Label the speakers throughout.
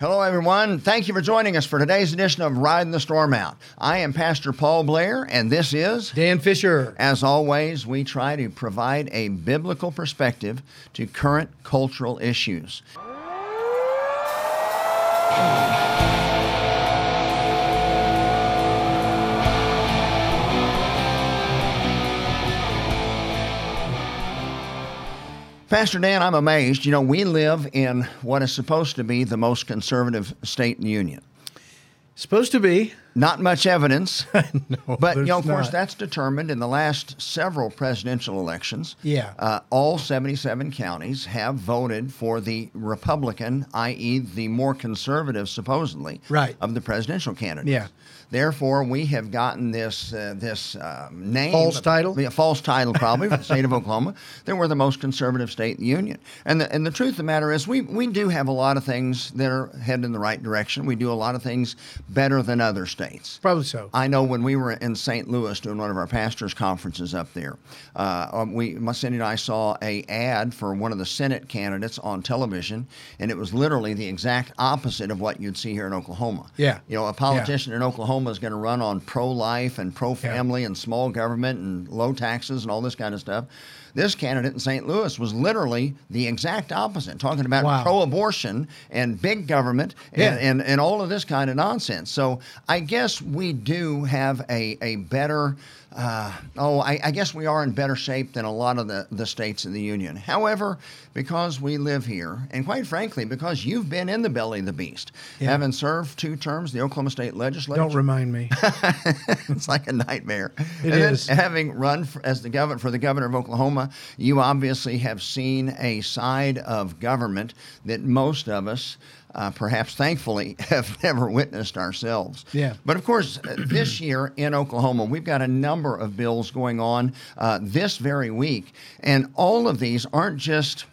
Speaker 1: Hello, everyone. Thank you for joining us for today's edition of Riding the Storm Out. I am Pastor Paul Blair, and this is.
Speaker 2: Dan Fisher.
Speaker 1: As always, we try to provide a biblical perspective to current cultural issues. Pastor Dan, I'm amazed. You know, we live in what is supposed to be the most conservative state in the union.
Speaker 2: Supposed to be.
Speaker 1: Not much evidence, but you know, of
Speaker 2: there's
Speaker 1: course,
Speaker 2: not.
Speaker 1: that's determined in the last several presidential elections.
Speaker 2: Yeah.
Speaker 1: uh, all 77 counties have voted for the Republican, i.e., the more conservative, supposedly,
Speaker 2: Right.
Speaker 1: of the presidential candidates.
Speaker 2: Yeah.
Speaker 1: Therefore, we have gotten this uh, this um, name
Speaker 2: False title?
Speaker 1: yeah, false title probably for the state of Oklahoma. That we're the most conservative state in the union. And the, and the truth of the matter is, we we do have a lot of things that are headed in the right direction. We do a lot of things better than other states.
Speaker 2: Probably so.
Speaker 1: I know when we were in St. Louis doing one of our pastors' conferences up there, uh, um, we my Cindy and I saw a ad for one of the Senate candidates on television, and it was literally the exact opposite of what you'd see here in Oklahoma.
Speaker 2: Yeah.
Speaker 1: you know, a politician in Oklahoma is going to run on pro-life and pro-family and small government and low taxes and all this kind of stuff. This candidate in St. Louis was literally the exact opposite, talking about
Speaker 2: Wow.
Speaker 1: pro-abortion and big government and,
Speaker 2: Yeah.
Speaker 1: and and, and all of this kind of nonsense. So I guess we do have a, a better, uh, oh, I, I guess we are in better shape than a lot of the, the states in the Union. However, because we live here, and quite frankly, because you've been in the belly of the beast,
Speaker 2: Yeah.
Speaker 1: having served two terms, the Oklahoma State Legislature
Speaker 2: Don't remind me.
Speaker 1: it's like a nightmare.
Speaker 2: It
Speaker 1: and then
Speaker 2: is.
Speaker 1: having run for, as the governor for the governor of Oklahoma, you obviously have seen a side of government that most of us, uh, perhaps thankfully, have never witnessed ourselves.
Speaker 2: Yeah.
Speaker 1: But of course, uh, this year in Oklahoma, we've got a number of bills going on uh, this very week, and all of these aren't just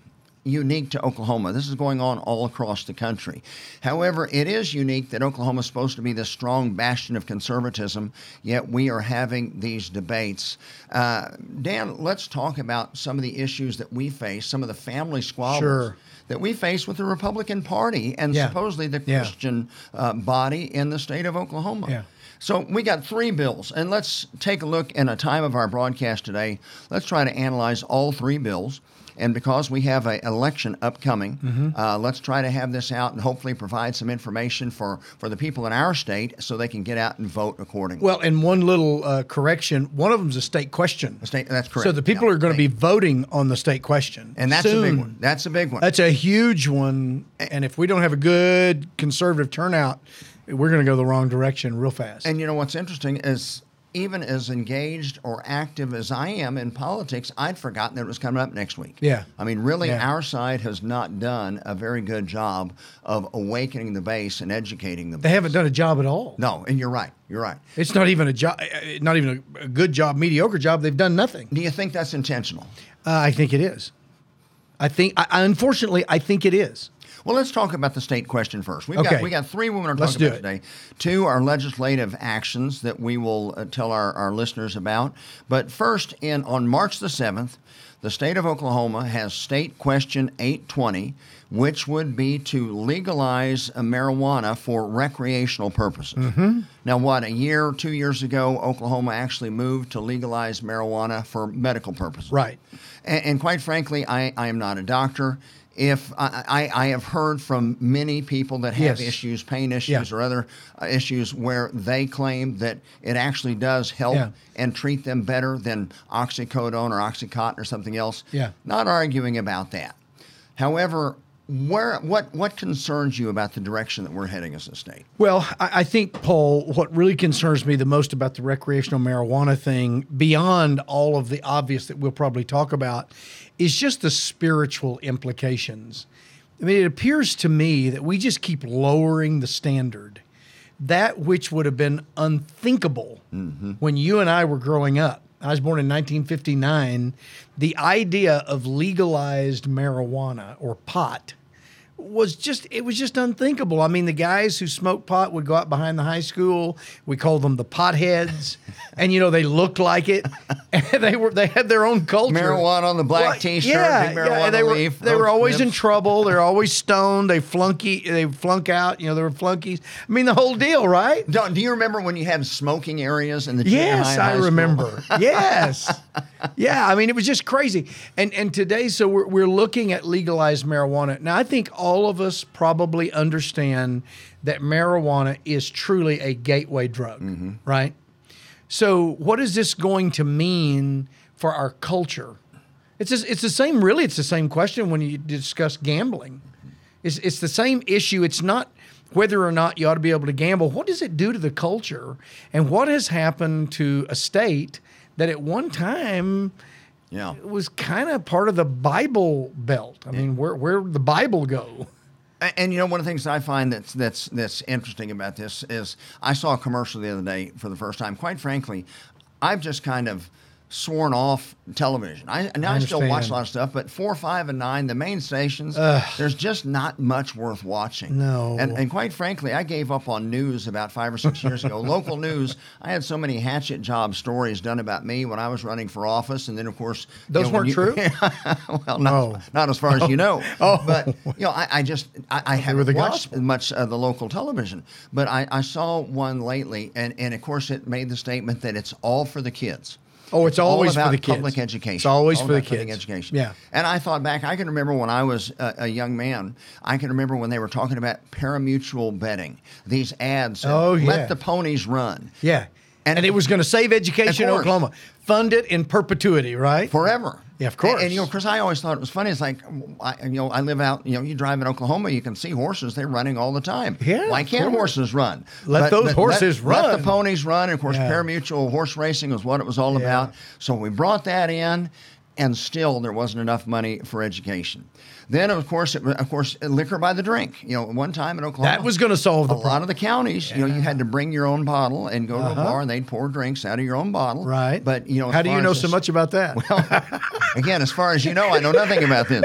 Speaker 1: unique to Oklahoma. This is going on all across the country. However, it is unique that Oklahoma is supposed to be the strong bastion of conservatism, yet we are having these debates. Uh, Dan, let's talk about some of the issues that we face, some of the family squabbles
Speaker 2: Sure.
Speaker 1: that we face with the Republican Party and
Speaker 2: Yeah.
Speaker 1: supposedly the
Speaker 2: Yeah.
Speaker 1: Christian uh, body in the state of Oklahoma.
Speaker 2: Yeah.
Speaker 1: So we got three bills, and let's take a look in a time of our broadcast today. Let's try to analyze all three bills. And because we have an election upcoming,
Speaker 2: Mm-hmm.
Speaker 1: uh, let's try to have this out and hopefully provide some information for, for the people in our state so they can get out and vote accordingly.
Speaker 2: well, and one little uh, correction. One of them's a state question.
Speaker 1: State- that's correct.
Speaker 2: So the people
Speaker 1: Yeah,
Speaker 2: are going to
Speaker 1: state.
Speaker 2: be voting on the state question.
Speaker 1: and that's a
Speaker 2: soon.
Speaker 1: big one. That's a big one.
Speaker 2: That's a huge one. And if we don't have a good conservative turnout, we're going to go the wrong direction real fast.
Speaker 1: And you know what's interesting is even as engaged or active as I am in politics, I'd forgotten that it was coming up next week.
Speaker 2: Yeah.
Speaker 1: I mean, really,
Speaker 2: Yeah.
Speaker 1: our side has not done a very good job of awakening the base and educating the
Speaker 2: they
Speaker 1: base.
Speaker 2: haven't done a job at all.
Speaker 1: No, and you're right. You're right.
Speaker 2: It's not even a job, not even a, a good job, mediocre job. They've done nothing.
Speaker 1: Do you think that's intentional?
Speaker 2: Uh, I think it is. I think, I, I- unfortunately, I think it is.
Speaker 1: Well, let's talk about the state question first. We've got
Speaker 2: Okay.
Speaker 1: we got three we want to
Speaker 2: Let's
Speaker 1: talk
Speaker 2: do
Speaker 1: about
Speaker 2: it.
Speaker 1: today. Two are legislative actions that we will uh, tell our, our listeners about. But first, in on March the seventh, the state of Oklahoma has state question eight twenty, which would be to legalize uh, marijuana for recreational purposes.
Speaker 2: Mm-hmm.
Speaker 1: Now, what a year, two years ago, Oklahoma actually moved to legalize marijuana for medical purposes.
Speaker 2: Right.
Speaker 1: And, and quite frankly, I, I am not a doctor. If I, I, I have heard from many people that have
Speaker 2: Yes.
Speaker 1: issues, pain issues,
Speaker 2: Yeah.
Speaker 1: or other uh, issues, where they claim that it actually does help
Speaker 2: Yeah.
Speaker 1: and treat them better than oxycodone or oxycontin or something else.
Speaker 2: Yeah.
Speaker 1: Not arguing about that. However, where what what concerns you about the direction that we're heading as a state?
Speaker 2: Well, I, I think, Paul, what really concerns me the most about the recreational marijuana thing, beyond all of the obvious that we'll probably talk about, is just the spiritual implications. I mean, it appears to me that we just keep lowering the standard, that which would have been unthinkable when you and I were growing up. I was born in 1959. The idea of legalized marijuana or pot was just it was just unthinkable. I mean, the guys who smoked pot would go out behind the high school. We called them the potheads, and you know they looked like it. And they were they had their own culture.
Speaker 1: Marijuana on the black
Speaker 2: Well,
Speaker 1: T-shirt, big marijuana
Speaker 2: and they were
Speaker 1: leaf,
Speaker 2: they
Speaker 1: those
Speaker 2: were always in
Speaker 1: lips.
Speaker 2: trouble. They're always stoned. They flunky they flunk out. You know they were flunkies. I mean the whole deal, right?
Speaker 1: Don, do you remember when you had smoking areas in the junior high
Speaker 2: Yes,
Speaker 1: and
Speaker 2: I
Speaker 1: high school?
Speaker 2: remember. yes, yeah. I mean, it was just crazy. And and today, so we're we're looking at legalized marijuana. Now, I think all of us probably understand that marijuana is truly a gateway drug,
Speaker 1: Mm-hmm.
Speaker 2: right? So, what is this going to mean for our culture? It's just, it's the same. Really, it's the same question when you discuss gambling. It's it's the same issue. It's not whether or not you ought to be able to gamble. What does it do to the culture, and what has happened to a state that at one time
Speaker 1: Yeah.
Speaker 2: was kind of part of the Bible Belt? I mean, where where the Bible go?
Speaker 1: And, and you know, one of the things I find that's that's that's interesting about this is I saw a commercial the other day for the first time. Quite frankly, I've just kind of sworn off television. I and I, still watch
Speaker 2: understand.
Speaker 1: a lot of stuff, but four, five, and nine, the main stations, there's just not much worth watching.
Speaker 2: No.
Speaker 1: And and quite frankly, I gave up on news about five or six years ago. Local news, I had so many hatchet job stories done about me when I was running for office, and then of course you know,
Speaker 2: Those
Speaker 1: when
Speaker 2: weren't
Speaker 1: you-
Speaker 2: true?
Speaker 1: well, not,
Speaker 2: Oh.
Speaker 1: not as far as you know. oh, but you know, I, I just I, I haven't
Speaker 2: the
Speaker 1: watched
Speaker 2: gospel.
Speaker 1: much of the local television, but I, I saw one lately, and and of course it made the statement that it's all for the kids.
Speaker 2: Oh, it's
Speaker 1: all
Speaker 2: always for
Speaker 1: about
Speaker 2: the kids.
Speaker 1: public education.
Speaker 2: It's always
Speaker 1: All
Speaker 2: for the
Speaker 1: about public
Speaker 2: kids.
Speaker 1: education.
Speaker 2: Yeah.
Speaker 1: And I thought back. I can remember when I was a, a young man. I can remember when they were talking about paramutual betting. These ads. that
Speaker 2: Oh, yeah.
Speaker 1: Let the ponies run.
Speaker 2: Yeah, and,
Speaker 1: And-
Speaker 2: it was going to save education in
Speaker 1: course.
Speaker 2: Oklahoma, fund it in perpetuity, right?
Speaker 1: forever.
Speaker 2: Yeah, of course.
Speaker 1: And, and, you know, Chris, I always thought it was funny. It's like, um, I, you know, I live out. You know, you drive in Oklahoma, you can see horses. They're running all the time.
Speaker 2: Yeah,
Speaker 1: Why
Speaker 2: of
Speaker 1: can't
Speaker 2: course.
Speaker 1: horses run?
Speaker 2: Let those horses
Speaker 1: Let
Speaker 2: run.
Speaker 1: the ponies run. And of course,
Speaker 2: Yeah.
Speaker 1: paramutual horse racing was what it was all
Speaker 2: Yeah.
Speaker 1: about. So we brought that in. And still, there wasn't enough money for education. Then, of course, it, of course, liquor by the drink. You know, one time in Oklahoma,
Speaker 2: That was going to solve the
Speaker 1: a lot of the counties, you know, you had to bring your own bottle and go to a bar, and they'd pour drinks out of your own bottle.
Speaker 2: Uh-huh. Right.
Speaker 1: But you know, as
Speaker 2: how do
Speaker 1: far
Speaker 2: you
Speaker 1: as
Speaker 2: know
Speaker 1: the
Speaker 2: so much about that?
Speaker 1: again, as far as you know, I know nothing about this.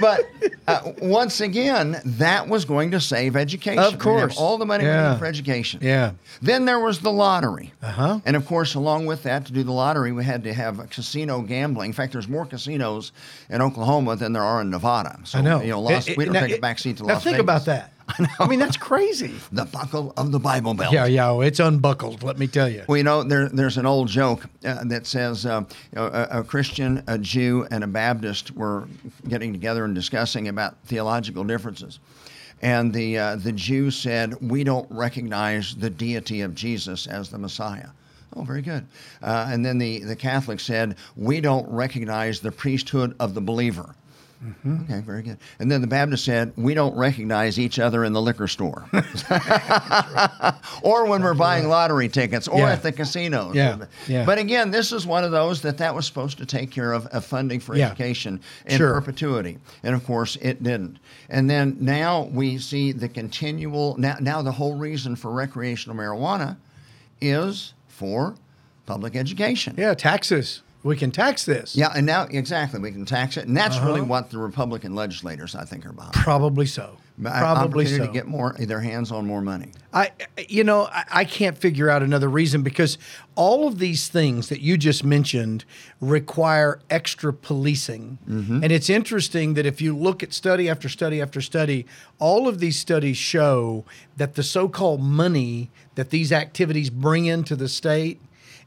Speaker 1: But uh, once again, that was going to save education.
Speaker 2: Of
Speaker 1: We'd have
Speaker 2: course.
Speaker 1: all the money we
Speaker 2: Yeah.
Speaker 1: need for education.
Speaker 2: yeah.
Speaker 1: Then there was the lottery.
Speaker 2: Uh-huh.
Speaker 1: And of course, along with that, to do the lottery, we had to have casino gambling. In fact, there's more casinos in Oklahoma than there are in Nevada. So,
Speaker 2: I know.
Speaker 1: You know, Las,
Speaker 2: It- it-
Speaker 1: we don't
Speaker 2: now-
Speaker 1: take a
Speaker 2: it-
Speaker 1: back seat to
Speaker 2: Now
Speaker 1: Las
Speaker 2: think
Speaker 1: Vegas.
Speaker 2: about that. I, mean, that's crazy.
Speaker 1: The buckle of the Bible Belt.
Speaker 2: Yeah, yeah, it's unbuckled. Let me tell you.
Speaker 1: Well, you know, there, there's an old joke uh, that says uh, you know, a, a Christian, a Jew, and a Baptist were getting together and discussing about theological differences. And the, uh, the Jew said, We don't recognize the deity of Jesus as the Messiah. Oh, very good. Uh, and then the, the Catholic said, We don't recognize the priesthood of the believer. Okay, very good. And then the Baptist said, "We don't recognize each other in the liquor store, or when we're buying lottery tickets, or
Speaker 2: Yeah.
Speaker 1: at the casinos."
Speaker 2: Yeah, yeah.
Speaker 1: But again, this is one of those that that was supposed to take care of, of funding for
Speaker 2: Yeah.
Speaker 1: education in
Speaker 2: Sure.
Speaker 1: perpetuity, and of course, it didn't. And then now we see the continual. Now, now the whole reason for recreational marijuana is for public education.
Speaker 2: Yeah, taxes. We can tax this.
Speaker 1: Yeah, and now exactly we can tax it, and that's really
Speaker 2: Uh-huh.
Speaker 1: what the Republican legislators I think are behind.
Speaker 2: Probably so.
Speaker 1: An
Speaker 2: Probably
Speaker 1: opportunity
Speaker 2: so.
Speaker 1: to get more their hands on more money.
Speaker 2: I, you know, I, I can't figure out another reason because all of these things that you just mentioned require extra policing. And it's interesting that if you look at study after study after study, all of these studies show that the so called money that these activities bring into the state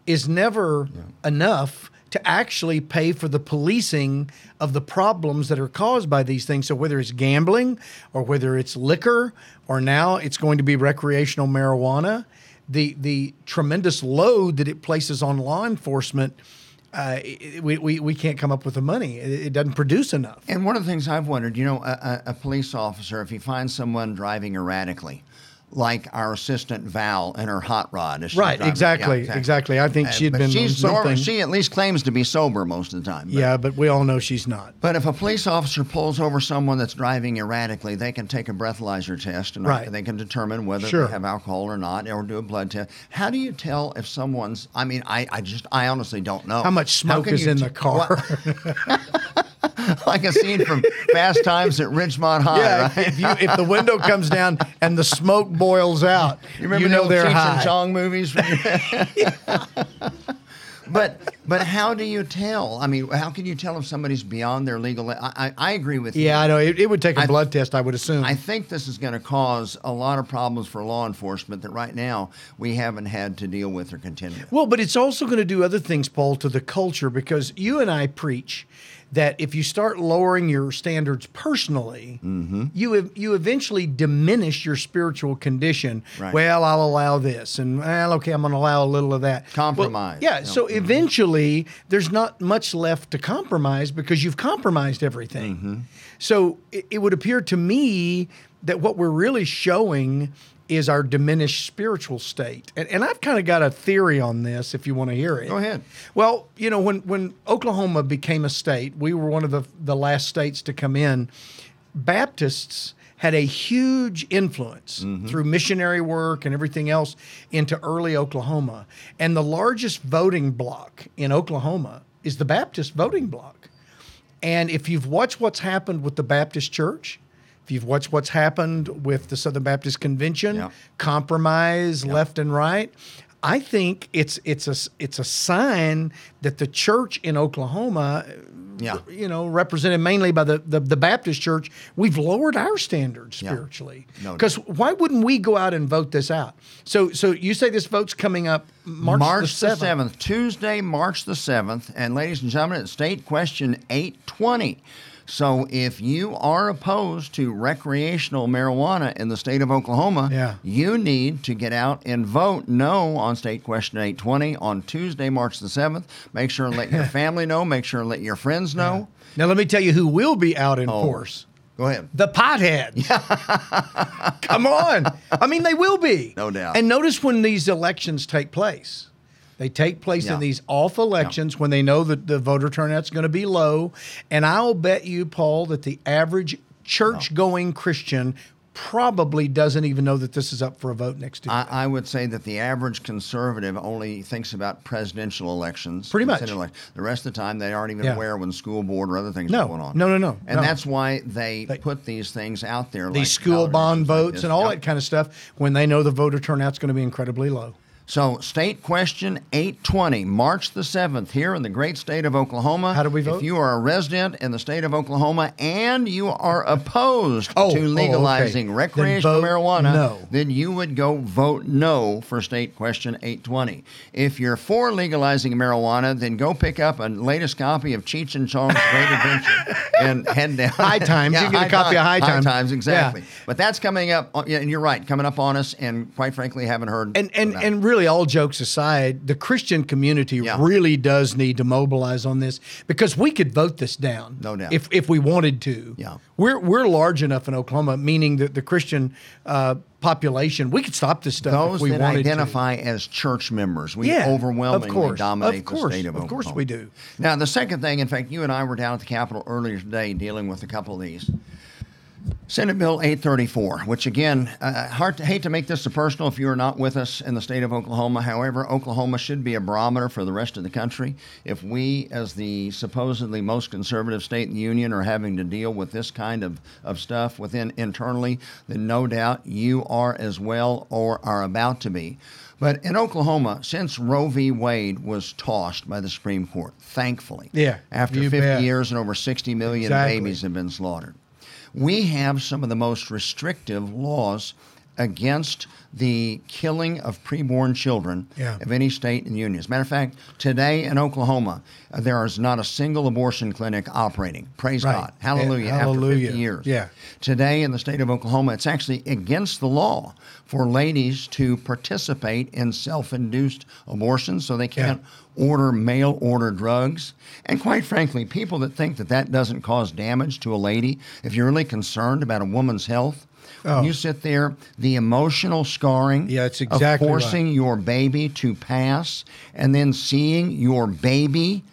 Speaker 2: is never enough to actually pay for the policing of the problems that are caused by these things. So whether it's gambling or whether it's liquor or now it's going to be recreational marijuana, the the tremendous load that it places on law enforcement, uh, it- it- we, we we can't come up with the money. It, it doesn't produce enough.
Speaker 1: And one of the things I've wondered, you know, a, a, a police officer, if he finds someone driving erratically, like our assistant Val and her hot rod, as she's
Speaker 2: Right,
Speaker 1: driving-
Speaker 2: exactly, exactly. I think
Speaker 1: Uh,
Speaker 2: she'd
Speaker 1: but
Speaker 2: been on
Speaker 1: she's normal-
Speaker 2: something.
Speaker 1: she at least claims to be sober most of the time. but-
Speaker 2: yeah, but we all know she's not.
Speaker 1: But if a police officer pulls over someone that's driving erratically, they can take a breathalyzer test and
Speaker 2: Right.
Speaker 1: they can determine whether
Speaker 2: Sure.
Speaker 1: they have alcohol or not, or do a blood test. How do you tell if someone's? I mean, I, I just I honestly don't know
Speaker 2: How much smoke
Speaker 1: can
Speaker 2: is
Speaker 1: you
Speaker 2: in
Speaker 1: t-
Speaker 2: the car?
Speaker 1: Well, like a scene from Fast Times at Ridgemont High,
Speaker 2: Yeah,
Speaker 1: right?
Speaker 2: if, you, if the window comes down and the smoke boils out,
Speaker 1: You
Speaker 2: you,
Speaker 1: remember the
Speaker 2: know
Speaker 1: old
Speaker 2: they're
Speaker 1: Cheech
Speaker 2: high.
Speaker 1: and Chong movies? but but how do you tell? I mean, how can you tell if somebody's beyond their legal? I I, I agree with you.
Speaker 2: Yeah, I know. It, it would take a blood test, I would assume.
Speaker 1: I think this is going to cause a lot of problems for law enforcement that right now we haven't had to deal with or contend with.
Speaker 2: Well, but it's also going to do other things, Paul, to the culture because you and I preach that if you start lowering your standards personally,
Speaker 1: Mm-hmm.
Speaker 2: you ev- you eventually diminish your spiritual condition.
Speaker 1: Right.
Speaker 2: Well, I'll allow this, and well, okay, I'm going to allow a little of that. Well,
Speaker 1: Compromise.
Speaker 2: yeah.
Speaker 1: Yeah. Mm-hmm.
Speaker 2: So eventually, there's not much left to compromise because you've compromised everything.
Speaker 1: Mm-hmm.
Speaker 2: So it, it would appear to me that what we're really showing is our diminished spiritual state. And, and I've kind of got a theory on this if you want to hear it.
Speaker 1: Go ahead.
Speaker 2: Well, you know, when, when Oklahoma became a state, we were one of the, the last states to come in. Baptists had a huge influence
Speaker 1: Mm-hmm.
Speaker 2: through missionary work and everything else into early Oklahoma. And the largest voting block in Oklahoma is the Baptist voting block. And if you've watched what's happened with the Baptist Church, if you've watched what's happened with the Southern Baptist Convention,
Speaker 1: Yeah.
Speaker 2: compromise left and right, I think it's it's a s- it's a sign that the church in Oklahoma,
Speaker 1: Yeah.
Speaker 2: you know, represented mainly by the the, the Baptist Church, we've lowered our standards
Speaker 1: Yeah.
Speaker 2: spiritually.
Speaker 1: No doubt.
Speaker 2: Because why wouldn't we go out and vote this out? So so you say this vote's coming up March, the seventh.
Speaker 1: Tuesday, March the 7th. And ladies and gentlemen, it's State Question 820. So if you are opposed to recreational marijuana in the state of Oklahoma,
Speaker 2: Yeah.
Speaker 1: you need to get out and vote no on State Question 820 on Tuesday, March the 7th. Make sure and let your family know. Make sure and let your friends know.
Speaker 2: Now let me tell you who will be out
Speaker 1: Oh.
Speaker 2: in force.
Speaker 1: Go ahead.
Speaker 2: the potheads. Come on. I mean, they will be.
Speaker 1: No doubt.
Speaker 2: And notice when these elections take place. They take place
Speaker 1: Yeah.
Speaker 2: in these off elections when they know that the voter turnout's going to be low. And I'll bet you, Paul, that the average church going Christian probably doesn't even know that this is up for a vote next year.
Speaker 1: I, I would say that the average conservative only thinks about presidential elections.
Speaker 2: Pretty
Speaker 1: and
Speaker 2: much.
Speaker 1: Senate elec- The rest of the time, they aren't even
Speaker 2: Yeah.
Speaker 1: aware when school board or other things
Speaker 2: No.
Speaker 1: are going on.
Speaker 2: No, no, no,
Speaker 1: And
Speaker 2: no.
Speaker 1: that's why they,
Speaker 2: They-
Speaker 1: put these things out there.
Speaker 2: these
Speaker 1: like
Speaker 2: school
Speaker 1: ballot
Speaker 2: bond
Speaker 1: initiatives like
Speaker 2: votes
Speaker 1: this.
Speaker 2: and all
Speaker 1: Yep.
Speaker 2: that kind of stuff when they know the voter turnout's going to be incredibly low.
Speaker 1: So, state question 820, March the 7th, here in the great state of Oklahoma.
Speaker 2: How do we
Speaker 1: If
Speaker 2: vote?
Speaker 1: you are a resident in the state of Oklahoma and you are opposed
Speaker 2: Oh, oh,
Speaker 1: to
Speaker 2: okay.
Speaker 1: legalizing
Speaker 2: Then
Speaker 1: recreational
Speaker 2: vote
Speaker 1: marijuana,
Speaker 2: no.
Speaker 1: then you would go vote no for state question 820. If you're for legalizing marijuana, then go pick up a latest copy of Cheech and Chong's Great Adventure and head down.
Speaker 2: High Times. You get a copy of High Times. Yeah.
Speaker 1: exactly. But that's coming up, on- yeah, and you're right, coming up on us, and quite frankly, haven't heard.
Speaker 2: and and
Speaker 1: about it.
Speaker 2: and really all jokes aside the christian community
Speaker 1: Yeah.
Speaker 2: really does need to mobilize on this because we could vote this down
Speaker 1: No doubt.
Speaker 2: if if we wanted to
Speaker 1: Yeah.
Speaker 2: we're we're large enough in oklahoma meaning that the christian uh, population we could stop this stuff
Speaker 1: those
Speaker 2: if we
Speaker 1: that
Speaker 2: wanted to.
Speaker 1: identify as church members. We
Speaker 2: Yeah,
Speaker 1: overwhelmingly
Speaker 2: of course,
Speaker 1: dominate
Speaker 2: of course,
Speaker 1: the state of Oklahoma.
Speaker 2: of course we do.
Speaker 1: Now, the second thing, in fact, you and I were down at the Capitol earlier today dealing with a couple of these. Senate Bill 834, which again, uh, hard to, hate to make this so personal if you are not with us in the state of Oklahoma. However, Oklahoma should be a barometer for the rest of the country. If we, as the supposedly most conservative state in the union, are having to deal with this kind of, of stuff within internally, then no doubt you are as well or are about to be. But in Oklahoma, since Roe v. Wade was tossed by the Supreme Court, thankfully,
Speaker 2: Yeah,
Speaker 1: after
Speaker 2: you
Speaker 1: 50
Speaker 2: bet.
Speaker 1: years and over 60 million
Speaker 2: Exactly.
Speaker 1: babies have been slaughtered. We have some of the most restrictive laws against the killing of preborn children
Speaker 2: Yeah.
Speaker 1: of any state in the union. As a matter of fact, today in Oklahoma, uh, there is not a single abortion clinic operating. Praise
Speaker 2: Right.
Speaker 1: God. Hallelujah.
Speaker 2: Yeah, hallelujah.
Speaker 1: After 50 years.
Speaker 2: Yeah.
Speaker 1: Today in the state of Oklahoma, it's actually against the law for ladies to participate in self induced abortions, so they can't order mail order drugs. And quite frankly, people that think that that doesn't cause damage to a lady, if you're really concerned about a woman's health, when you sit there, the emotional scarring
Speaker 2: Oh. Yeah, that's exactly
Speaker 1: of
Speaker 2: right.
Speaker 1: forcing your baby to pass and then seeing your baby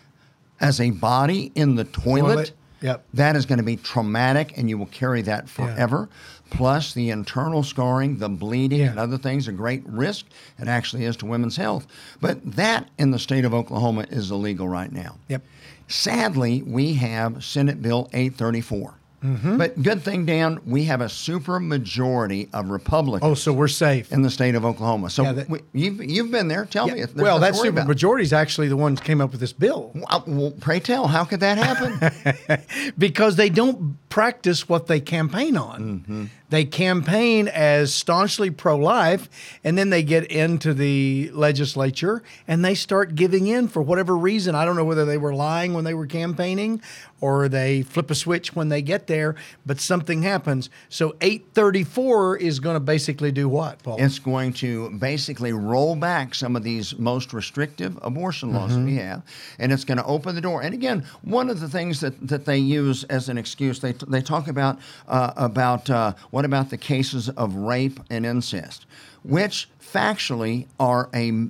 Speaker 1: as a body in the toilet.
Speaker 2: Toilet. Yep.
Speaker 1: that is going to be traumatic and you will carry that forever. Plus, the internal scarring, the bleeding,
Speaker 2: Yeah.
Speaker 1: and other things, a great risk it actually is to women's health. But that in the state of Oklahoma is illegal right now.
Speaker 2: Yep.
Speaker 1: Sadly, we have Senate Bill 834.
Speaker 2: Mm-hmm.
Speaker 1: But good thing, Dan, we have a super majority of Republicans
Speaker 2: Oh, so we're safe.
Speaker 1: in the state of Oklahoma. So
Speaker 2: Yeah, that-
Speaker 1: we, you've, you've been there. Tell me.
Speaker 2: Yeah,
Speaker 1: if there's
Speaker 2: Well,
Speaker 1: nothing
Speaker 2: that
Speaker 1: to worry
Speaker 2: super
Speaker 1: about.
Speaker 2: majority is actually the ones who came up with this bill
Speaker 1: Well, well, pray tell, how could that happen?
Speaker 2: because they don't practice what they campaign on. They campaign as staunchly pro life, and then they get into the legislature and they start giving in for whatever reason. I don't know whether they were lying when they were campaigning or they flip a switch when they get there, but something happens. So 834 is going to basically do what, Paul?
Speaker 1: it's going to basically roll back some of these most restrictive abortion laws
Speaker 2: Mm-hmm.
Speaker 1: we have, and it's going to open the door. And again, one of the things that, that they use as an excuse, they, they talk about uh, about uh, what about the cases of rape and incest, which factually are a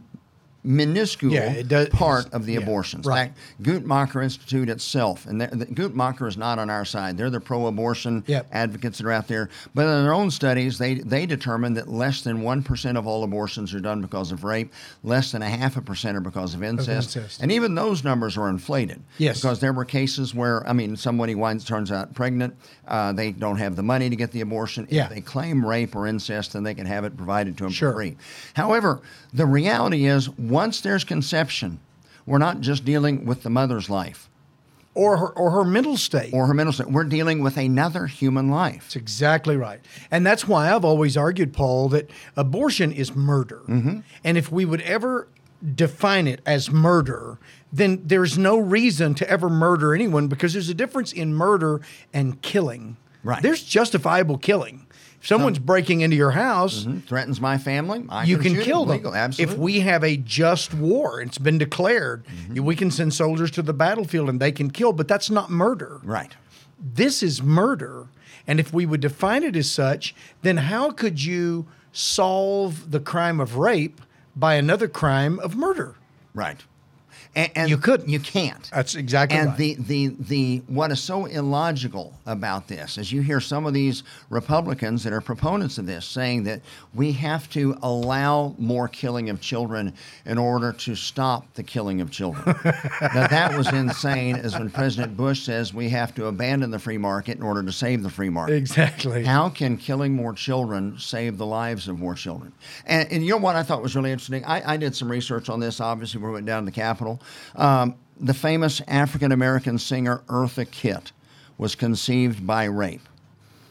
Speaker 1: minuscule
Speaker 2: Yeah, it does-
Speaker 1: part of the
Speaker 2: yeah,
Speaker 1: abortions. Like
Speaker 2: right.
Speaker 1: Guttmacher Institute itself, and they're- the, Guttmacher is not on our side. They're the pro-abortion
Speaker 2: Yep.
Speaker 1: advocates that are out there. But in their own studies, they they determined that less than one percent of all abortions are done because of rape. Less than a half a percent are because of incest.
Speaker 2: incest.
Speaker 1: And even those numbers are inflated.
Speaker 2: Yes.
Speaker 1: because there were cases where I mean, somebody winds, turns out pregnant, uh, they don't have the money to get the abortion.
Speaker 2: Yeah.
Speaker 1: If they claim rape or incest, then they can have it provided to them
Speaker 2: Sure.
Speaker 1: for free. However, the reality is, once there's conception, we're not just dealing with the mother's life
Speaker 2: Or her, or her mental state.
Speaker 1: or her mental state. We're dealing with another human life.
Speaker 2: That's exactly right. And that's why I've always argued, Paul, that abortion is murder.
Speaker 1: Mm-hmm.
Speaker 2: And if we would ever define it as murder, then there's no reason to ever murder anyone because there's a difference in murder and killing.
Speaker 1: Right.
Speaker 2: There's justifiable killing. If someone's breaking into your house,
Speaker 1: Threatens my family. Mm-hmm. I
Speaker 2: you
Speaker 1: can,
Speaker 2: can
Speaker 1: shoot
Speaker 2: kill
Speaker 1: it
Speaker 2: them.
Speaker 1: legal- Absolutely.
Speaker 2: If we have a just war, it's been declared,
Speaker 1: Mm-hmm.
Speaker 2: we can send soldiers to the battlefield and they can kill, but that's not murder
Speaker 1: right.
Speaker 2: this is murder. And if we would define it as such, then how could you solve the crime of rape by another crime of murder?
Speaker 1: Right. And, and
Speaker 2: You couldn't.
Speaker 1: You can't.
Speaker 2: That's exactly
Speaker 1: and
Speaker 2: right.
Speaker 1: the, the the what is so illogical about this is you hear some of these Republicans that are proponents of this saying that we have to allow more killing of children in order to stop the killing of children. now that was insane as when President Bush says we have to abandon the free market in order to save the free market.
Speaker 2: Exactly.
Speaker 1: How can killing more children save the lives of more children? And, and you know what I thought was really interesting? I, I did some research on this, obviously, when we went down to the Capitol. Um, the famous African American singer Eartha Kitt was conceived by rape.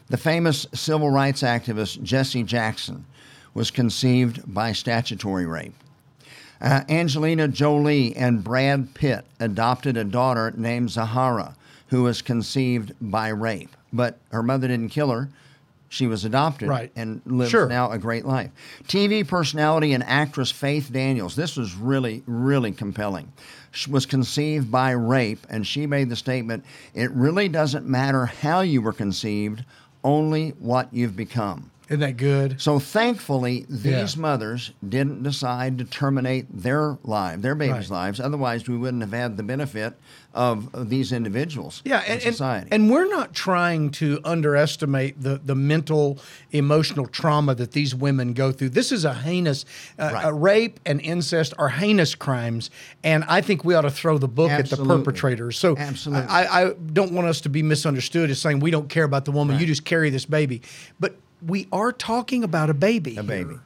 Speaker 1: The famous civil rights activist Jesse Jackson was conceived by statutory rape. Uh, Angelina Jolie and Brad Pitt adopted a daughter named Zahara, who was conceived by rape. But her mother didn't kill her. She was adopted
Speaker 2: Right.
Speaker 1: and lives
Speaker 2: Sure.
Speaker 1: now a great life. TV personality and actress Faith Daniels, this was really, really compelling, she was conceived by rape, and she made the statement it really doesn't matter how you were conceived, only what you've become.
Speaker 2: Isn't that good?
Speaker 1: So thankfully, these
Speaker 2: Yeah.
Speaker 1: mothers didn't decide to terminate their life, their babies'
Speaker 2: Right.
Speaker 1: lives. Otherwise, we wouldn't have had the benefit of, of these individuals.
Speaker 2: Yeah,
Speaker 1: in
Speaker 2: and,
Speaker 1: society.
Speaker 2: and, and we're not trying to underestimate the, the mental, emotional trauma that these women go through. This is a heinous, uh,
Speaker 1: Right.
Speaker 2: uh, rape and incest are heinous crimes, and I think we ought to throw the book at
Speaker 1: Absolutely.
Speaker 2: the perpetrators. So
Speaker 1: Absolutely.
Speaker 2: I, I don't want us to be misunderstood as saying we don't care about the woman. You just carry this baby, but we are talking about a baby. A
Speaker 1: baby.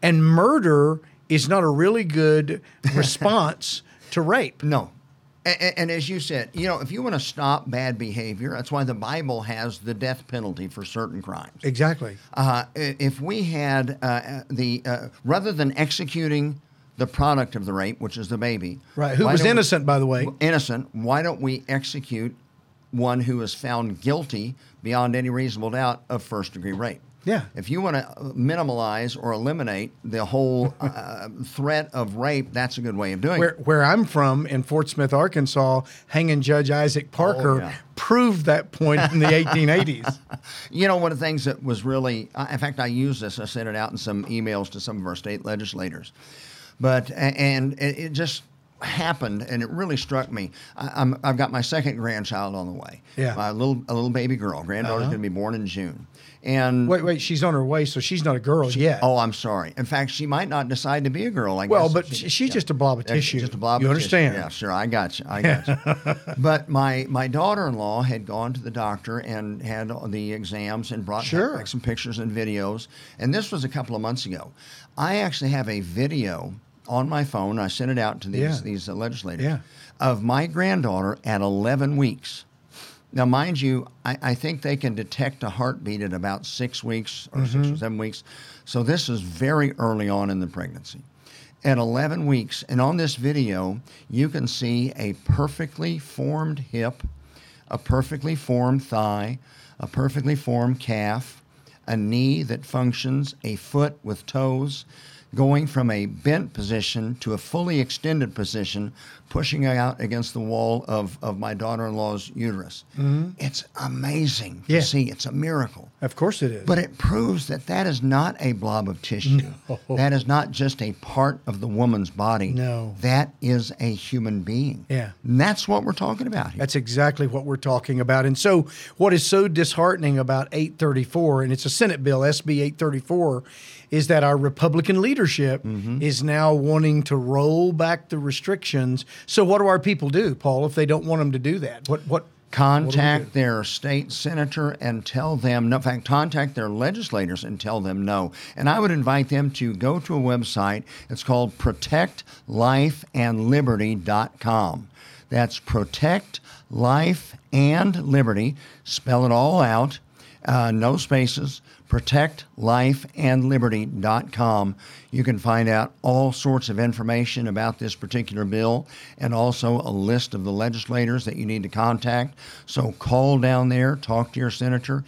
Speaker 2: and murder is not a really good response to rape.
Speaker 1: no. A- a- And, as you said, you know, if you want to stop bad behavior, that's why the Bible has the death penalty for certain crimes.
Speaker 2: Exactly.
Speaker 1: Uh, i- if we had uh, the uh, rather than executing the product of the rape, which is the baby,
Speaker 2: Right. Who
Speaker 1: why
Speaker 2: was
Speaker 1: don't we-
Speaker 2: innocent, by the way?
Speaker 1: innocent, why don't we execute one who is found guilty beyond any reasonable doubt of first degree rape?
Speaker 2: Yeah.
Speaker 1: If you want to minimize or eliminate the whole uh, threat of rape, that's a good way of doing
Speaker 2: where,
Speaker 1: it.
Speaker 2: where I'm from in Fort Smith, Arkansas, hanging Judge Isaac Parker
Speaker 1: Oh, yeah.
Speaker 2: proved that point in the 1880s.
Speaker 1: You know, one of the things that was really, I- in fact, I used this, I sent it out in some emails to some of our state legislators. But, a- and it it just, happened, and it really struck me. I, I'm, I've got my second grandchild on the way.
Speaker 2: Yeah. Uh-huh.
Speaker 1: my little a little baby girl. Granddaughter's going to be born in June, and
Speaker 2: Wait, wait, she's on her way, so she's not a girl yet.
Speaker 1: oh, I'm sorry. In fact, she might not decide to be a girl. I
Speaker 2: well,
Speaker 1: guess
Speaker 2: but
Speaker 1: if
Speaker 2: she, she's just a blob of
Speaker 1: That's
Speaker 2: tissue.
Speaker 1: Just a blob.
Speaker 2: You
Speaker 1: of tissue.
Speaker 2: understand?
Speaker 1: Yeah, sure. I got you. I got you. but my my daughter-in-law had gone to the doctor and had the exams and brought
Speaker 2: Sure.
Speaker 1: back some pictures and videos. And this was a couple of months ago. I actually have a video on my phone. I sent it out to these
Speaker 2: Yeah.
Speaker 1: these uh, legislators
Speaker 2: Yeah.
Speaker 1: of my granddaughter at 11 weeks. Now, mind you, I, I think they can detect a heartbeat at about six weeks or six or seven weeks. So this is very early on in the pregnancy. At 11 weeks, and on this video, you can see a perfectly formed hip, a perfectly formed thigh, a perfectly formed calf, a knee that functions, a foot with toes, going from a bent position to a fully extended position, pushing out against the wall of, of my daughter in law's uterus. It's amazing
Speaker 2: Mm-hmm. Yeah.
Speaker 1: to see, it's a miracle.
Speaker 2: Of course it is.
Speaker 1: But it proves that that is not a blob of tissue. That is not just a part of the woman's body.
Speaker 2: No.
Speaker 1: That is a human being.
Speaker 2: Yeah.
Speaker 1: And that's what we're talking about here.
Speaker 2: That's exactly what we're talking about. And so, what is so disheartening about 834, and it's a Senate bill, SB 834, is that our Republican leadership
Speaker 1: Mm-hmm.
Speaker 2: is now wanting to roll back the restrictions. So, what do our people do, Paul, if they don't want them to do that? What, what,
Speaker 1: contact their state senator and tell them no in fact contact their legislators and tell them no and i would invite them to go to a website it's called protectlifeandliberty.com that's protect life and liberty spell it all out uh, no spaces protectlifeandliberty.com you can find out all sorts of information about this particular bill and also a list of the legislators that you need to contact so call down there talk to your senator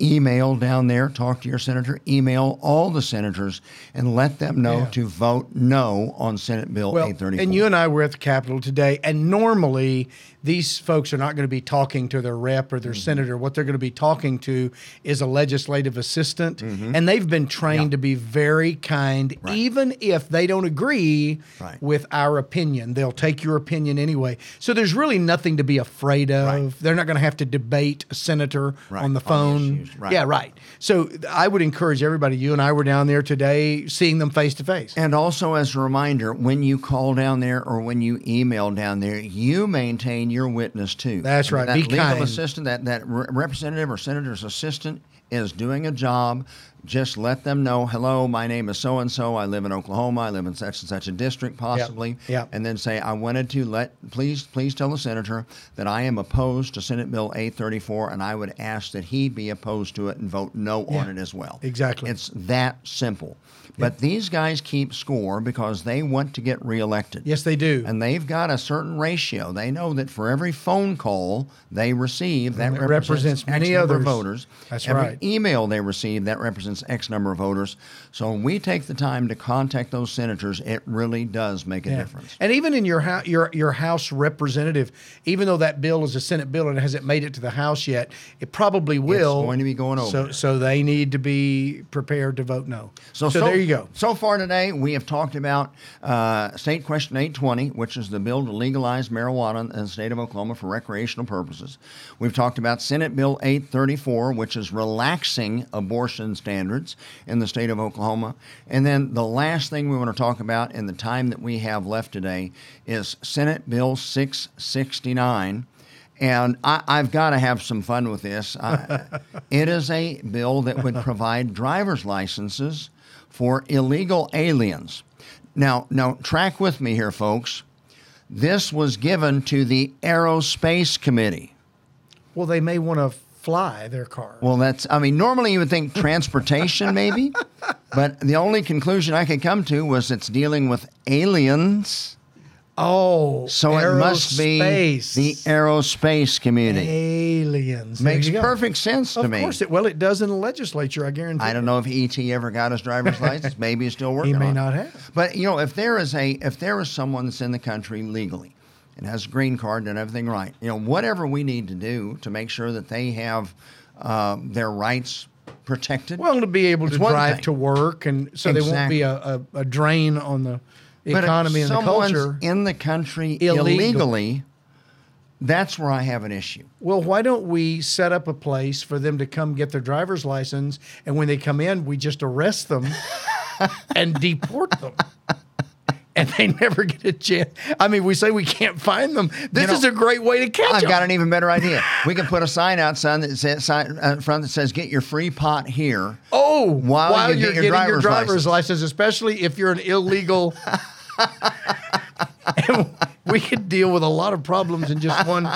Speaker 1: email down there talk to your senator email all the senators and let them know
Speaker 2: Yeah.
Speaker 1: to vote no on senate bill
Speaker 2: well,
Speaker 1: 834
Speaker 2: and you and I were at the Capitol today, and normally these folks are not going to be talking to their rep or their
Speaker 1: Mm-hmm.
Speaker 2: senator. What they're going to be talking to is a legislative assistant,
Speaker 1: Mm-hmm.
Speaker 2: and they've been trained to be very kind, even if they don't agree
Speaker 1: Right.
Speaker 2: with our opinion. They'll take your opinion anyway. So there's really nothing to be afraid of. They're not going to have to debate a senator
Speaker 1: Right,
Speaker 2: on
Speaker 1: on
Speaker 2: the
Speaker 1: the
Speaker 2: phone.
Speaker 1: issues, right.
Speaker 2: Yeah, right. So th- I would encourage everybody. You and I were down there today, seeing them face to face.
Speaker 1: And also, as a reminder, when you call down there or when you email down there, you maintain your witness too.
Speaker 2: That's right.
Speaker 1: That
Speaker 2: Be
Speaker 1: legal
Speaker 2: kind.
Speaker 1: assistant, that that re- representative or senator's assistant is doing a job. Just let them know, hello, my name is so and so. I live in Oklahoma. I live in such and such a district, possibly.
Speaker 2: Yep.
Speaker 1: And then say, I wanted to let please please tell the senator that I am opposed to Senate Bill 834, and I would ask that he be opposed to it and vote no on
Speaker 2: Yeah.
Speaker 1: it as well.
Speaker 2: Exactly.
Speaker 1: It's that simple. But these guys keep score because they want to get reelected.
Speaker 2: Yes, they do.
Speaker 1: And they've got a certain ratio. They know that for every phone call they receive, that
Speaker 2: it
Speaker 1: represents,
Speaker 2: represents many
Speaker 1: X number of
Speaker 2: others.
Speaker 1: voters.
Speaker 2: That's
Speaker 1: every
Speaker 2: right.
Speaker 1: email they receive, that represents X number of voters. So when we take the time to contact those senators, it really does make a
Speaker 2: Yeah.
Speaker 1: difference.
Speaker 2: And even in your hou- your your House representative, even though that bill is a Senate bill and hasn't made it to the House yet, it probably will.
Speaker 1: going to be going over
Speaker 2: So
Speaker 1: there.
Speaker 2: so they need to be prepared to vote no. So, there you go.
Speaker 1: So far today, we have talked about uh, State Question 820, which is the bill to legalize marijuana in the state of Oklahoma for recreational purposes. We've talked about Senate Bill 834, which is relaxing abortion standards in the state of Oklahoma. And then the last thing we want to talk about in the time that we have left today is Senate Bill 669. And I, I've got to have some fun with this. I, it is a bill that would provide driver's licenses for illegal aliens. Now, now track with me here, folks. This was given to the Aerospace Committee.
Speaker 2: Well, they may want to fly their car.
Speaker 1: Well, that's, I mean, normally you would think transportation, maybe, but the only conclusion I could come to was it's dealing with aliens.
Speaker 2: oh,
Speaker 1: So it must be
Speaker 2: aerospace.
Speaker 1: the aerospace community.
Speaker 2: aliens. There
Speaker 1: Makes
Speaker 2: you go.
Speaker 1: perfect sense to
Speaker 2: Of
Speaker 1: me.
Speaker 2: course, it, well, it does in the legislature. I guarantee.
Speaker 1: I don't know if ET ever got his driver's license. Maybe he's still working.
Speaker 2: may
Speaker 1: on it.
Speaker 2: not have.
Speaker 1: But you know, if there is a if there is someone that's in the country legally and has a green card and everything right, you know, whatever we need to do to make sure that they have uh, their rights protected.
Speaker 2: Well, to be able
Speaker 1: It's
Speaker 2: to
Speaker 1: one
Speaker 2: drive
Speaker 1: thing.
Speaker 2: to work, and so they won't be a, a, a drain on the the
Speaker 1: but
Speaker 2: economy
Speaker 1: if
Speaker 2: and the
Speaker 1: someone's
Speaker 2: culture.
Speaker 1: in the country
Speaker 2: Illegal.
Speaker 1: illegally, that's where I have an issue.
Speaker 2: Well, why don't we set up a place for them to come get their driver's license, and when they come in, we just arrest them and deport them. And they never get a chance. I mean, we say we can't find them. This
Speaker 1: know,
Speaker 2: is a great way to catch
Speaker 1: I've
Speaker 2: them.
Speaker 1: got an even better idea. We can put a sign out sign that says, sign out front that says "Get your free pot here."
Speaker 2: oh,
Speaker 1: While
Speaker 2: while,
Speaker 1: you
Speaker 2: you're
Speaker 1: get your
Speaker 2: getting your
Speaker 1: driver's license.
Speaker 2: driver's license. especially if you're an illegal. And we could deal with a lot of problems in just one.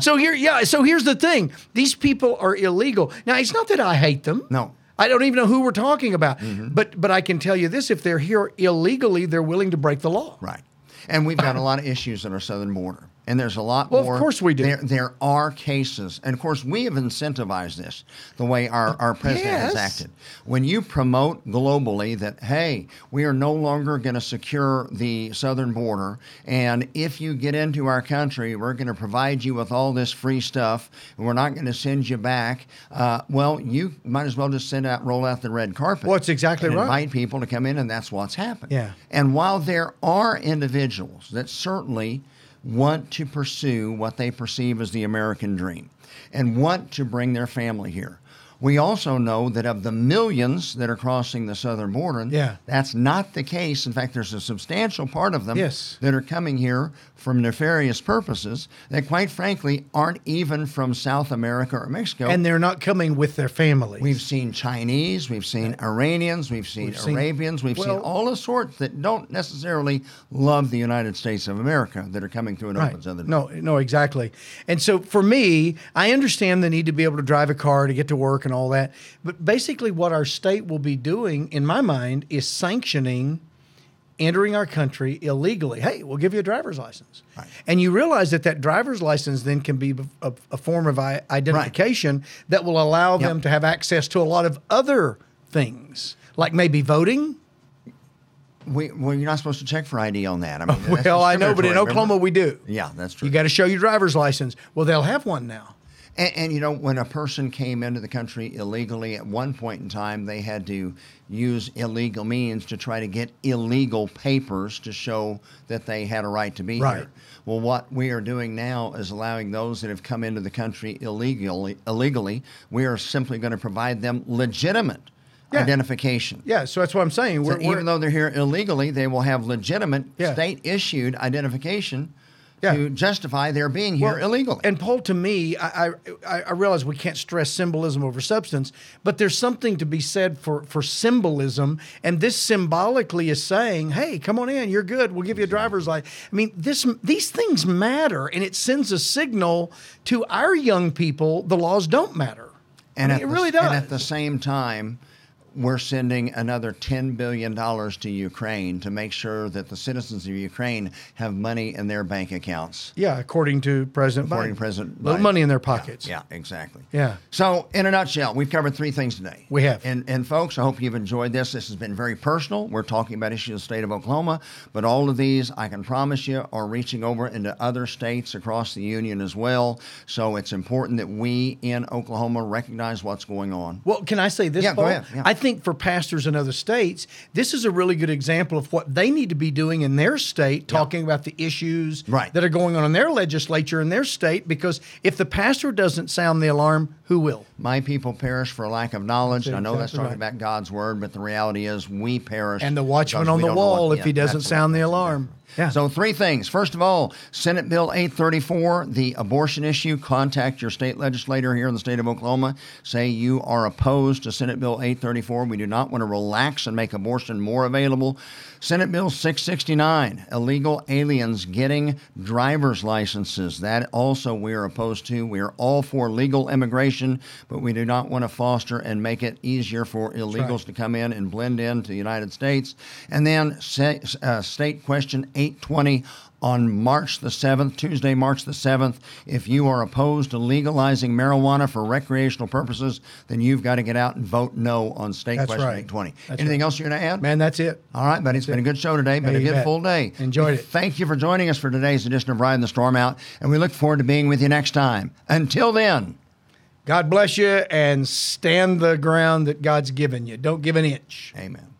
Speaker 2: So here, yeah. So here's the thing: these people are illegal. Now, it's not that I hate them.
Speaker 1: No. Mm-hmm.
Speaker 2: I don't even know who we're talking about. But but I can tell you this: if they're here illegally, they're willing to break the law.
Speaker 1: Right. And we've got a lot of issues at our southern border. And there's a lot
Speaker 2: Well, of
Speaker 1: more.
Speaker 2: course we do.
Speaker 1: There, there are cases. And of course, we have incentivized this the way our, our president has
Speaker 2: Yes.
Speaker 1: acted. When you promote globally that, hey, we are no longer going to secure the southern border. And if you get into our country, we're going to provide you with all this free stuff. And we're not going to send you back. Uh, well, you might as well just send out, roll out the red carpet.
Speaker 2: Well, it's exactly
Speaker 1: and
Speaker 2: right.
Speaker 1: invite people to come in, and that's what's happened.
Speaker 2: Yeah.
Speaker 1: And while there are individuals that certainly want to pursue what they perceive as the American dream and want to bring their family here, we also know that of the millions that are crossing the southern border,
Speaker 2: Yeah.
Speaker 1: that's not the case. In fact, there's a substantial part of them
Speaker 2: Yes.
Speaker 1: that are coming here from nefarious purposes that, quite frankly, aren't even from South America or Mexico.
Speaker 2: And they're not coming with their families.
Speaker 1: We've seen Chinese, we've seen Iranians, we've seen
Speaker 2: We've seen-
Speaker 1: Arabians, we've seen
Speaker 2: well-
Speaker 1: all the sorts that don't necessarily love the United States of America that are coming through an
Speaker 2: Right.
Speaker 1: open southern.
Speaker 2: No, no, exactly. And so for me, I understand the need to be able to drive a car to get to work and all that. But basically, what our state will be doing, in my mind, is sanctioning entering our country illegally. Hey, we'll give you a driver's license. And you realize that that driver's license then can be a, a form of i- identification that will allow them to have access to a lot of other things, like maybe voting.
Speaker 1: We, well, you're not supposed to check for ID on that. I mean, that's
Speaker 2: Well, I know, but in
Speaker 1: discriminatory,
Speaker 2: Oklahoma,
Speaker 1: remember?
Speaker 2: we do.
Speaker 1: yeah, that's true.
Speaker 2: You got to show your driver's license. Well, they'll have one now.
Speaker 1: And, and you know, when a person came into the country illegally, at one point in time, they had to use illegal means to try to get illegal papers to show that they had a right to be
Speaker 2: Right.
Speaker 1: here. Well, what we are doing now is allowing those that have come into the country illegally. Illegally, we are simply going to provide them legitimate
Speaker 2: Yeah.
Speaker 1: identification.
Speaker 2: Yeah, so that's what I'm saying.
Speaker 1: So
Speaker 2: We're, we're-
Speaker 1: even though they're here illegally, they will have legitimate
Speaker 2: Yeah.
Speaker 1: state-issued identification
Speaker 2: Yeah.
Speaker 1: to justify their being here
Speaker 2: well,
Speaker 1: illegally.
Speaker 2: And Paul, to me, I, I I realize we can't stress symbolism over substance, but there's something to be said for for symbolism, and this symbolically is saying, "Hey, come on in, you're good. We'll give you a driver's license." I mean, this these things matter, and it sends a signal to our young people: the laws don't matter,
Speaker 1: And
Speaker 2: I
Speaker 1: at
Speaker 2: mean,
Speaker 1: the-
Speaker 2: it really does.
Speaker 1: And at the same time, we're sending another ten billion dollars to Ukraine to make sure that the citizens of Ukraine have money in their bank accounts.
Speaker 2: yeah, according to President
Speaker 1: According
Speaker 2: Biden,
Speaker 1: to President
Speaker 2: little
Speaker 1: Biden.
Speaker 2: money in their pockets.
Speaker 1: Yeah, exactly.
Speaker 2: Yeah.
Speaker 1: So, in a nutshell, we've covered three things today.
Speaker 2: We have.
Speaker 1: And and folks, I hope you've enjoyed this. This has been very personal. We're talking about issues of the state of Oklahoma, but all of these, I can promise you, are reaching over into other states across the union as well. So it's important that we in Oklahoma recognize what's going on.
Speaker 2: Well, can I say this?
Speaker 1: Yeah, go
Speaker 2: Paul?
Speaker 1: ahead, yeah.
Speaker 2: I think for pastors in other states, this is a really good example of what they need to be doing in their state, talking about the issues
Speaker 1: Right.
Speaker 2: that are going on in their legislature in their state. Because if the pastor doesn't sound the alarm, who will?
Speaker 1: My people perish for lack of knowledge.
Speaker 2: That's
Speaker 1: I know that's
Speaker 2: exactly
Speaker 1: talking
Speaker 2: right.
Speaker 1: about God's word, but the reality is we perish.
Speaker 2: And the watchman
Speaker 1: because
Speaker 2: on
Speaker 1: we
Speaker 2: the
Speaker 1: don't know what-
Speaker 2: wall if
Speaker 1: yeah,
Speaker 2: he doesn't
Speaker 1: that's-
Speaker 2: sound the
Speaker 1: that's
Speaker 2: alarm.
Speaker 1: exactly right.
Speaker 2: Yeah.
Speaker 1: So three things. First of all, Senate Bill 834, the abortion issue. Contact your state legislator here in the state of Oklahoma. Say you are opposed to Senate Bill 834. We do not want to relax and make abortion more available. Senate Bill 669, illegal aliens getting driver's licenses. That also we are opposed to. We are all for legal immigration, but we do not want to foster and make it easier for illegals to come in and blend into the United States. And then sa- uh, state question 820 on March the 7th, Tuesday, March the 7th. If you are opposed to legalizing marijuana for recreational purposes, then you've got to get out and vote no on state
Speaker 2: That's
Speaker 1: question
Speaker 2: right.
Speaker 1: 820.
Speaker 2: That's
Speaker 1: Anything else you're going to add?
Speaker 2: Man, that's it.
Speaker 1: All right, buddy. It's been a good show today. Been
Speaker 2: Yeah,
Speaker 1: a
Speaker 2: you
Speaker 1: good
Speaker 2: bet.
Speaker 1: full day.
Speaker 2: Enjoyed
Speaker 1: We
Speaker 2: it.
Speaker 1: Thank you for joining us for today's edition of Riding the Storm Out, and we look forward to being with you next time. Until then.
Speaker 2: God bless you and stand the ground that God's given you. Don't give an inch.
Speaker 1: Amen.